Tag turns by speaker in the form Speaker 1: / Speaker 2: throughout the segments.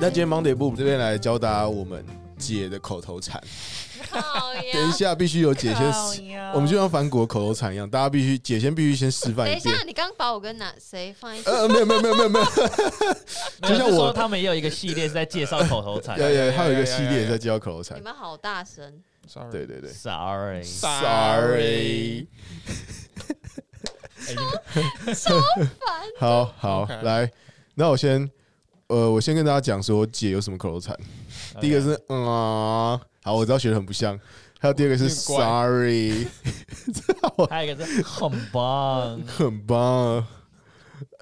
Speaker 1: 那今天 Monday Boom 这边来教大家我们姐的口头禅，
Speaker 2: 靠呀
Speaker 1: 等一下必须有姐先示，我们就像反骨口头禅一样，大家必须姐先必须先示范
Speaker 2: 等
Speaker 1: 一
Speaker 2: 一
Speaker 1: 遍
Speaker 2: 下，。你刚把我跟哪谁放一起？
Speaker 1: 呃，没有没有没有没有没有，
Speaker 3: 没有
Speaker 1: 就像
Speaker 3: 是
Speaker 1: 我
Speaker 3: 说他们也有一个系列是在介 绍口头禅。
Speaker 1: 有有，还有一
Speaker 4: 有有
Speaker 1: 个系
Speaker 4: 有
Speaker 1: 列
Speaker 4: 有
Speaker 1: 在教口头
Speaker 2: 你
Speaker 1: 禅。
Speaker 2: 们好 大声！
Speaker 4: Sorry
Speaker 1: 对对对
Speaker 3: Sorry，
Speaker 4: Sorry 哎你们
Speaker 1: 好好
Speaker 4: OK
Speaker 1: 来，那我先，呃，我先跟大家讲说姐有什么口头禅。第一个是嗯啊，好，我知道学的很不像。还有第二个是
Speaker 4: 有点怪
Speaker 1: Sorry，
Speaker 3: 还有一个是很 棒，
Speaker 1: 很棒啊。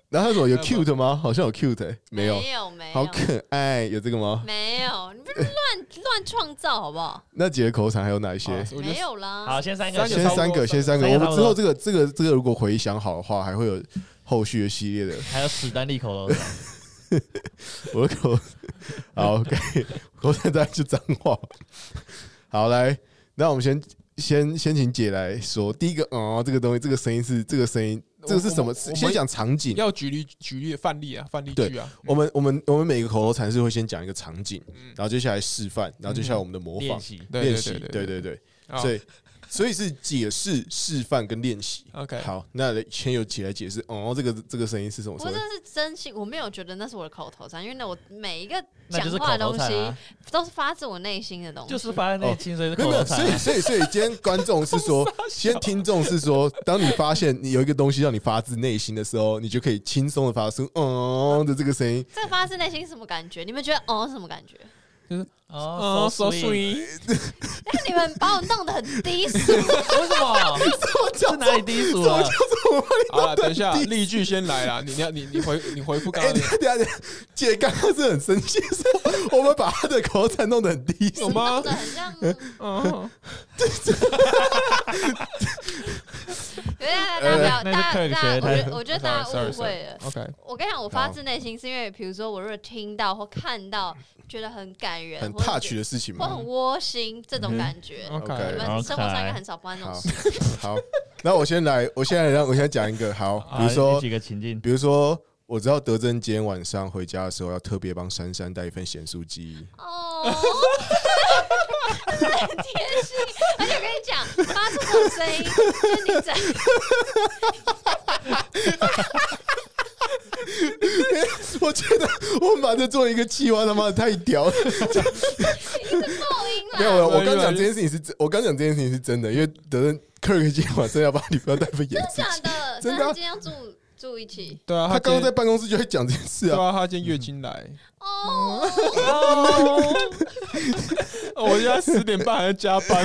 Speaker 1: 然后他说有
Speaker 4: 太棒
Speaker 1: cute 吗？好像有 cute，、欸、 没有，
Speaker 2: 没有，没有，
Speaker 1: 好可爱，有这个吗？
Speaker 2: 没有，你不是乱乱创造好不好？
Speaker 1: 那几个口头禅还有哪一些
Speaker 4: 啊？我觉
Speaker 2: 没
Speaker 4: 得
Speaker 2: 有啦。
Speaker 3: 好，先三个
Speaker 4: 三，
Speaker 1: 先三个，先三个。
Speaker 3: 三
Speaker 1: 我
Speaker 3: 个
Speaker 1: 们
Speaker 3: 差不
Speaker 1: 之
Speaker 3: 多
Speaker 1: 后这个这个这个，如果回想好的话，还会有后续的系列的。
Speaker 3: 还有史丹利口头禅，
Speaker 1: 我的 口好 OK，口头禅大概就脏话。好，来，那我们先先先请姐来说第一个哦，这个东西，这个声音是这个声音，这个是什么？
Speaker 4: 我我
Speaker 1: 先讲场景。
Speaker 4: 要举例举例范例啊，范例
Speaker 1: 对哦
Speaker 4: 句啊，
Speaker 1: 我们我们我们每个口头禅是会先讲一个场景，
Speaker 4: 嗯
Speaker 1: 然后接下来示范，然后接下来我们的模
Speaker 3: 练
Speaker 1: 仿
Speaker 3: 习
Speaker 4: 对
Speaker 1: 练
Speaker 4: 对
Speaker 1: 习，
Speaker 4: 对哦
Speaker 1: 对对对，
Speaker 4: 好
Speaker 1: 所以所以是解释、示范跟练习。
Speaker 4: 哦 OK
Speaker 1: 好，那先由姐来解释哦，这个这个声音是什么
Speaker 2: 不
Speaker 1: 声
Speaker 2: 过
Speaker 1: 音
Speaker 2: 这？是真心，我没有觉得那是我的口头禅，因为那我每一个
Speaker 3: 那就
Speaker 2: 讲
Speaker 3: 是
Speaker 2: 话的
Speaker 3: 口
Speaker 2: 东
Speaker 3: 头禅
Speaker 2: 西
Speaker 3: 啊，
Speaker 2: 都是发自我内心的东西。
Speaker 3: 就是发在内心，所以是
Speaker 1: 没有
Speaker 3: 口
Speaker 1: 没
Speaker 3: 头
Speaker 1: 有，
Speaker 3: 禅
Speaker 1: 所
Speaker 3: 啊
Speaker 1: 以。所以所以今天观众是说，先听众是说，当你发现你有一个东西让你发自内心的时候，你就可以轻松的发出嗯的这个声音。
Speaker 2: 这个发自内心是什么感觉？你们觉得哦是什么 感觉？
Speaker 3: 哦，so sweet，
Speaker 4: sweet，
Speaker 2: 但是你们把我弄得很 低俗，
Speaker 3: 为什么？是哪里低俗啊
Speaker 1: 什么
Speaker 3: 了
Speaker 1: 叫？做我？
Speaker 4: 好了，等一下，例句先来啦，你你要你你回你回复 刚
Speaker 1: 哎，
Speaker 4: 刚
Speaker 1: 等
Speaker 4: 那
Speaker 1: 一
Speaker 4: 个
Speaker 1: 下等一下等一下，姐刚刚是很生气，说我们把她的口头禅弄得很低
Speaker 4: 有
Speaker 1: 俗。
Speaker 4: 吗
Speaker 2: 弄？得很像，有
Speaker 4: 嗯，
Speaker 2: 点大家不要，
Speaker 3: 那
Speaker 2: 大
Speaker 3: 是
Speaker 2: 家
Speaker 3: Kirk
Speaker 2: 大家，
Speaker 3: 学的
Speaker 2: 我觉
Speaker 3: 太
Speaker 2: 得我觉得大 家
Speaker 4: Sorry, sorry,
Speaker 2: 误会了。
Speaker 4: OK，
Speaker 2: 我跟你讲，我发自内心是因为，比如说我如果听到或看到，觉得很感人，
Speaker 1: 很
Speaker 2: 或者
Speaker 1: touch 的嗯事情
Speaker 2: 或
Speaker 1: 吗
Speaker 2: 很窝心这种感觉。
Speaker 4: 嗯
Speaker 2: 你
Speaker 4: OK
Speaker 1: OK
Speaker 2: 们生活上应该很少发生这
Speaker 1: 好
Speaker 2: 种事。，
Speaker 1: 好，那我先来，我先来让我先讲一个好，比如
Speaker 3: 啊
Speaker 1: 说
Speaker 3: 你几个情境，
Speaker 1: 比如说，我知道德珍今天晚上回家的时候要特别帮珊珊带一份咸酥鸡。
Speaker 2: 哦， 很贴心。而且我跟你讲，发出这种声音，就是你整
Speaker 1: 我觉得我们把这做一个计划，他妈的太屌了！
Speaker 2: 爆音啊
Speaker 1: 没有，
Speaker 2: 了。
Speaker 1: 没有我刚讲这件事情是真，我刚讲这件事情是真的，因为德珍 Kirk 今天晚上要把女朋友带份盐
Speaker 2: 真的
Speaker 1: 酥
Speaker 2: 假
Speaker 1: 鸡。
Speaker 2: 的？
Speaker 1: 真
Speaker 2: 真
Speaker 1: 的啊
Speaker 2: 的今天要住住一起
Speaker 4: 对啊，
Speaker 1: 他刚刚在
Speaker 4: 今天
Speaker 1: 办公室就在讲这件事
Speaker 4: 对
Speaker 1: 啊，嗯
Speaker 4: 啊，他今天月经来，
Speaker 2: 哦。
Speaker 4: 哦我现在十点半还在加班，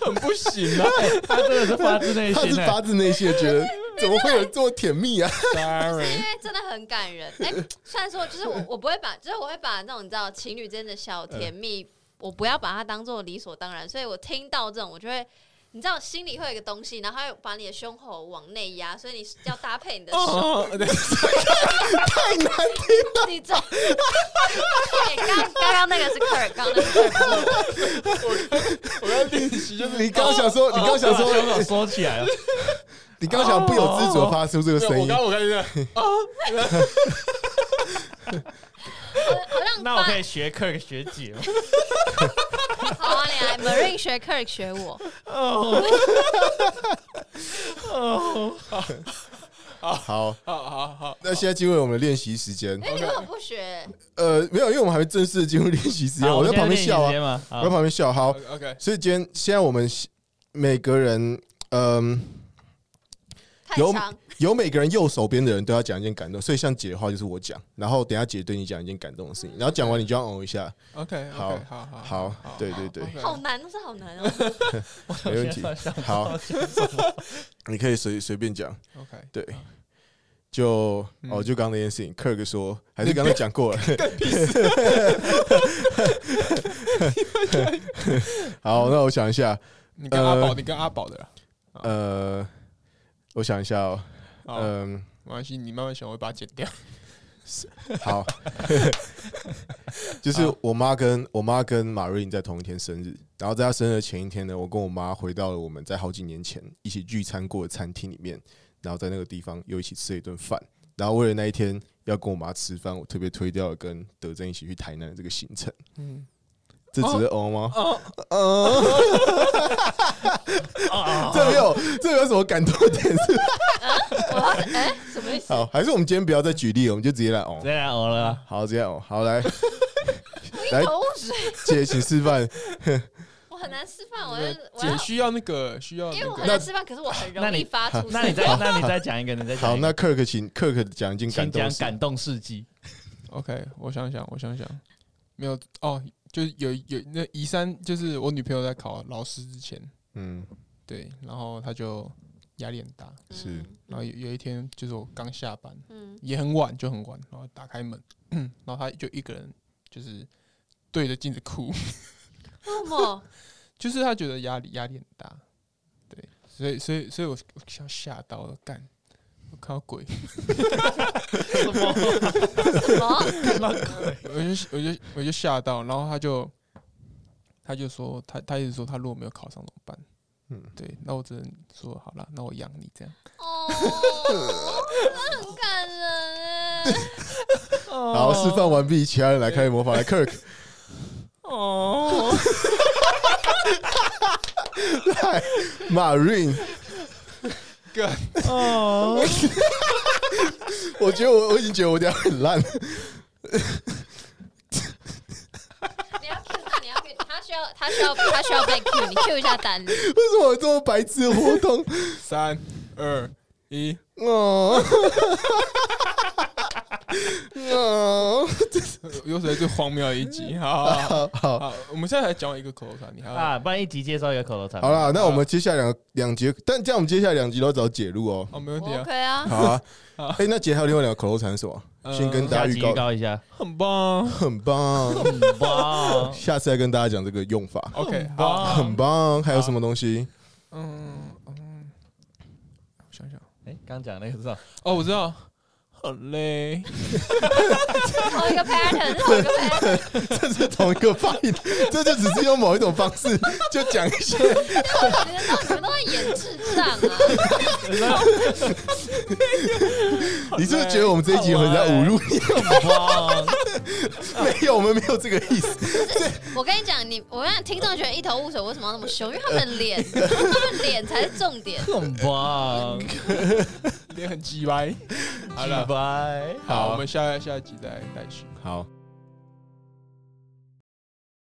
Speaker 4: 很不行啊
Speaker 3: 他真的是发自内
Speaker 1: 他是
Speaker 3: 心的。
Speaker 1: 发自内心的觉得，怎么会有这么甜蜜啊？
Speaker 2: 因
Speaker 4: ，Sorry，
Speaker 2: 为真的很感 人。哎、虽然说就是我我不会把，就是我会把那种你知道情侣之间的小甜蜜，我不要把它当做理所当然。所以我听到这种，我就会。你知道心里会有一个东西，然后它会把你的胸口往内压，所以你要搭配 你的手，
Speaker 4: 哦，对
Speaker 1: 太难听
Speaker 2: 你这。哎哦刚刚刚那个是科尔，刚刚那个是科尔不是我。
Speaker 4: 我要练习就
Speaker 1: 了！
Speaker 4: 是
Speaker 1: 你刚刚想说，你刚刚想
Speaker 3: 胸口
Speaker 1: 说，
Speaker 3: 收起来了，
Speaker 1: 你刚刚想不由自主地发出这个声
Speaker 4: 我
Speaker 1: 音
Speaker 4: 刚，刚我刚才这样，
Speaker 2: 好像
Speaker 3: 那我可以学 Kirk 学姐吗？
Speaker 2: 好啊，你来 Marine 学科尔学我，
Speaker 1: 哦
Speaker 3: 哦
Speaker 1: 好。
Speaker 4: 好好好，
Speaker 1: 那现在进入我们的练习时间
Speaker 2: 哎、，你为什么不学？
Speaker 1: 呃，没有，因为我们还没正式地进入练习时间，
Speaker 3: 好
Speaker 1: 我在
Speaker 3: 现
Speaker 1: 旁边
Speaker 3: 练
Speaker 1: 笑啊
Speaker 3: 习，嘛。
Speaker 1: 我
Speaker 3: 好
Speaker 1: 在旁边笑。好，
Speaker 4: ，OK，
Speaker 1: 所以今天现在我们每个人，嗯、
Speaker 2: 太
Speaker 1: 有
Speaker 2: 长，
Speaker 1: 有每个人右手边的人都要讲一件感动，所以像姐的话就是我讲，然后等一下姐对你讲一件感动的事情，然后讲完你就要哦一下，
Speaker 4: OK，
Speaker 1: 好
Speaker 4: 好好
Speaker 1: 好，对对对，
Speaker 2: 好难，都是好难 哦、
Speaker 1: 没问题
Speaker 3: 我现在想，
Speaker 1: 好，你可以随随便讲，
Speaker 4: ，OK，
Speaker 1: 对，就、
Speaker 4: 嗯
Speaker 1: 哦就刚刚那件事情，Kirk 说还是刚刚讲过了， 好，那我想一下，
Speaker 4: 你跟阿宝，你跟阿宝的啦，啊
Speaker 1: 呃，我想一下哦，
Speaker 4: 好，没
Speaker 1: 嗯、
Speaker 4: 关系，你慢慢想，我会把它剪掉。
Speaker 1: 好，就是我妈跟我妈跟马瑞颖在同一天生日，然后在她生日的前一天呢，我跟我妈回到了我们在好几年前一起聚餐过的餐厅里面，然后在那个地方又一起吃了一顿饭，然后为了那一天要跟我妈吃饭，我特别推掉了跟德珍一起去台南的这个行程。
Speaker 4: 嗯，
Speaker 1: 这值得哦吗？
Speaker 4: 哦，
Speaker 1: 这没有，这没有什么感动的点 是。
Speaker 2: 我要哎、什么意思？
Speaker 1: 好，还是我们今天不要再举例了，我们就直接来哦
Speaker 3: 这。样我啊了，
Speaker 1: 好，直接哦，好来，来
Speaker 2: 一头雾水，
Speaker 1: 姐，请示范。
Speaker 2: 我很难示范，我要哦我
Speaker 4: 姐
Speaker 2: 要，
Speaker 4: 需要那个需要
Speaker 2: 因为我
Speaker 4: 那
Speaker 2: 很
Speaker 4: 个
Speaker 2: 难示范，可是我很
Speaker 3: 那
Speaker 2: 容易
Speaker 3: 你
Speaker 2: 发出声音。
Speaker 3: 那你再那你再讲一个，你再讲
Speaker 1: 好，
Speaker 3: 一
Speaker 1: 那
Speaker 3: 个
Speaker 1: Kirk 请 Kirk 讲一件感动
Speaker 3: 请讲
Speaker 1: 的事。
Speaker 3: 感动事迹。
Speaker 4: OK，我想想，我想想，没有哦，就是有有那宜山，就是我女朋友在考老师之前，
Speaker 1: 嗯，
Speaker 4: 对，然后她就压力很大，
Speaker 1: 是
Speaker 4: 然后有有一天就是我刚下班，
Speaker 2: 嗯，
Speaker 4: 也很晚，就很晚，然后打开门， 然后她就一个人就是对着镜子哭，
Speaker 2: 为什么？
Speaker 4: 就是她觉得压力压力很大，对，所以所以所以我我想吓到了，干，我看到鬼，
Speaker 3: 什么？
Speaker 2: 什么？
Speaker 4: 我就我就我就吓到，然后他就他就说他他一直说他如果没有考上怎么办？
Speaker 1: 嗯
Speaker 4: 嗯，对，那我只能说好了，那我养你这样。
Speaker 2: 哦，那很感人哎。
Speaker 3: 哦
Speaker 1: 好，示范完毕，其他人来开始模仿。来，Kirk，
Speaker 4: 哦，
Speaker 1: 来，Marine，
Speaker 4: 干，
Speaker 3: 哦，
Speaker 1: 我觉得我我已经觉得我讲很烂了。
Speaker 2: 你要 Q 他，你要 Q 他，需要他需要他需要被 Q，你 Q 一下丹力。
Speaker 1: 为什么有这么白痴的活动？
Speaker 4: 三二一，
Speaker 1: 哦， 哦，
Speaker 4: 有史以来最荒谬的一 集。好好好
Speaker 1: 好好
Speaker 4: 好，我们现在才讲一个口头禅，你还要？
Speaker 3: 啊，不然一集介绍一个口头禅。
Speaker 1: 好啦，那我们接下来两两集，但这样我们接下来两集都要找解路哦。
Speaker 4: 哦，没问题
Speaker 2: 我
Speaker 4: 啊，
Speaker 2: OK 啊，
Speaker 1: 好啊
Speaker 4: 好，
Speaker 1: 哎，那姐还有另外两个口头禅是什么？
Speaker 4: 呃
Speaker 1: 先跟大
Speaker 3: 下
Speaker 1: 家
Speaker 3: 集
Speaker 1: 预
Speaker 3: 预
Speaker 1: 告，
Speaker 3: 告一下。
Speaker 4: 很棒
Speaker 1: 很棒，
Speaker 3: 很棒，
Speaker 1: 下次再跟大家讲这个用法，
Speaker 4: ，OK，
Speaker 3: 很棒
Speaker 4: 好，
Speaker 1: 很棒。还有什么东西？
Speaker 4: 嗯嗯，我想想，
Speaker 3: 哎，刚讲那个是吧？
Speaker 4: 哦，我知道，很累，
Speaker 2: 同哦一个 pattern，同一个 pattern，
Speaker 1: 这是同一个发音，这就只是用某一种方式 就讲一些。
Speaker 2: 你们都你们都在演智障啊！
Speaker 1: 你是不是觉得我们这一集很在侮辱 你？
Speaker 3: 很棒，
Speaker 1: 没有，我们没有这个意思。
Speaker 2: 我跟你讲，你我跟你讲，听众觉得一头雾水，为什么要那么凶？因为他们脸，他们脸才是重点。
Speaker 3: 很棒，
Speaker 4: 脸很鸡歪。好了
Speaker 3: 拜拜。
Speaker 1: 好
Speaker 4: 好，我们下下一集再再续。
Speaker 1: 好。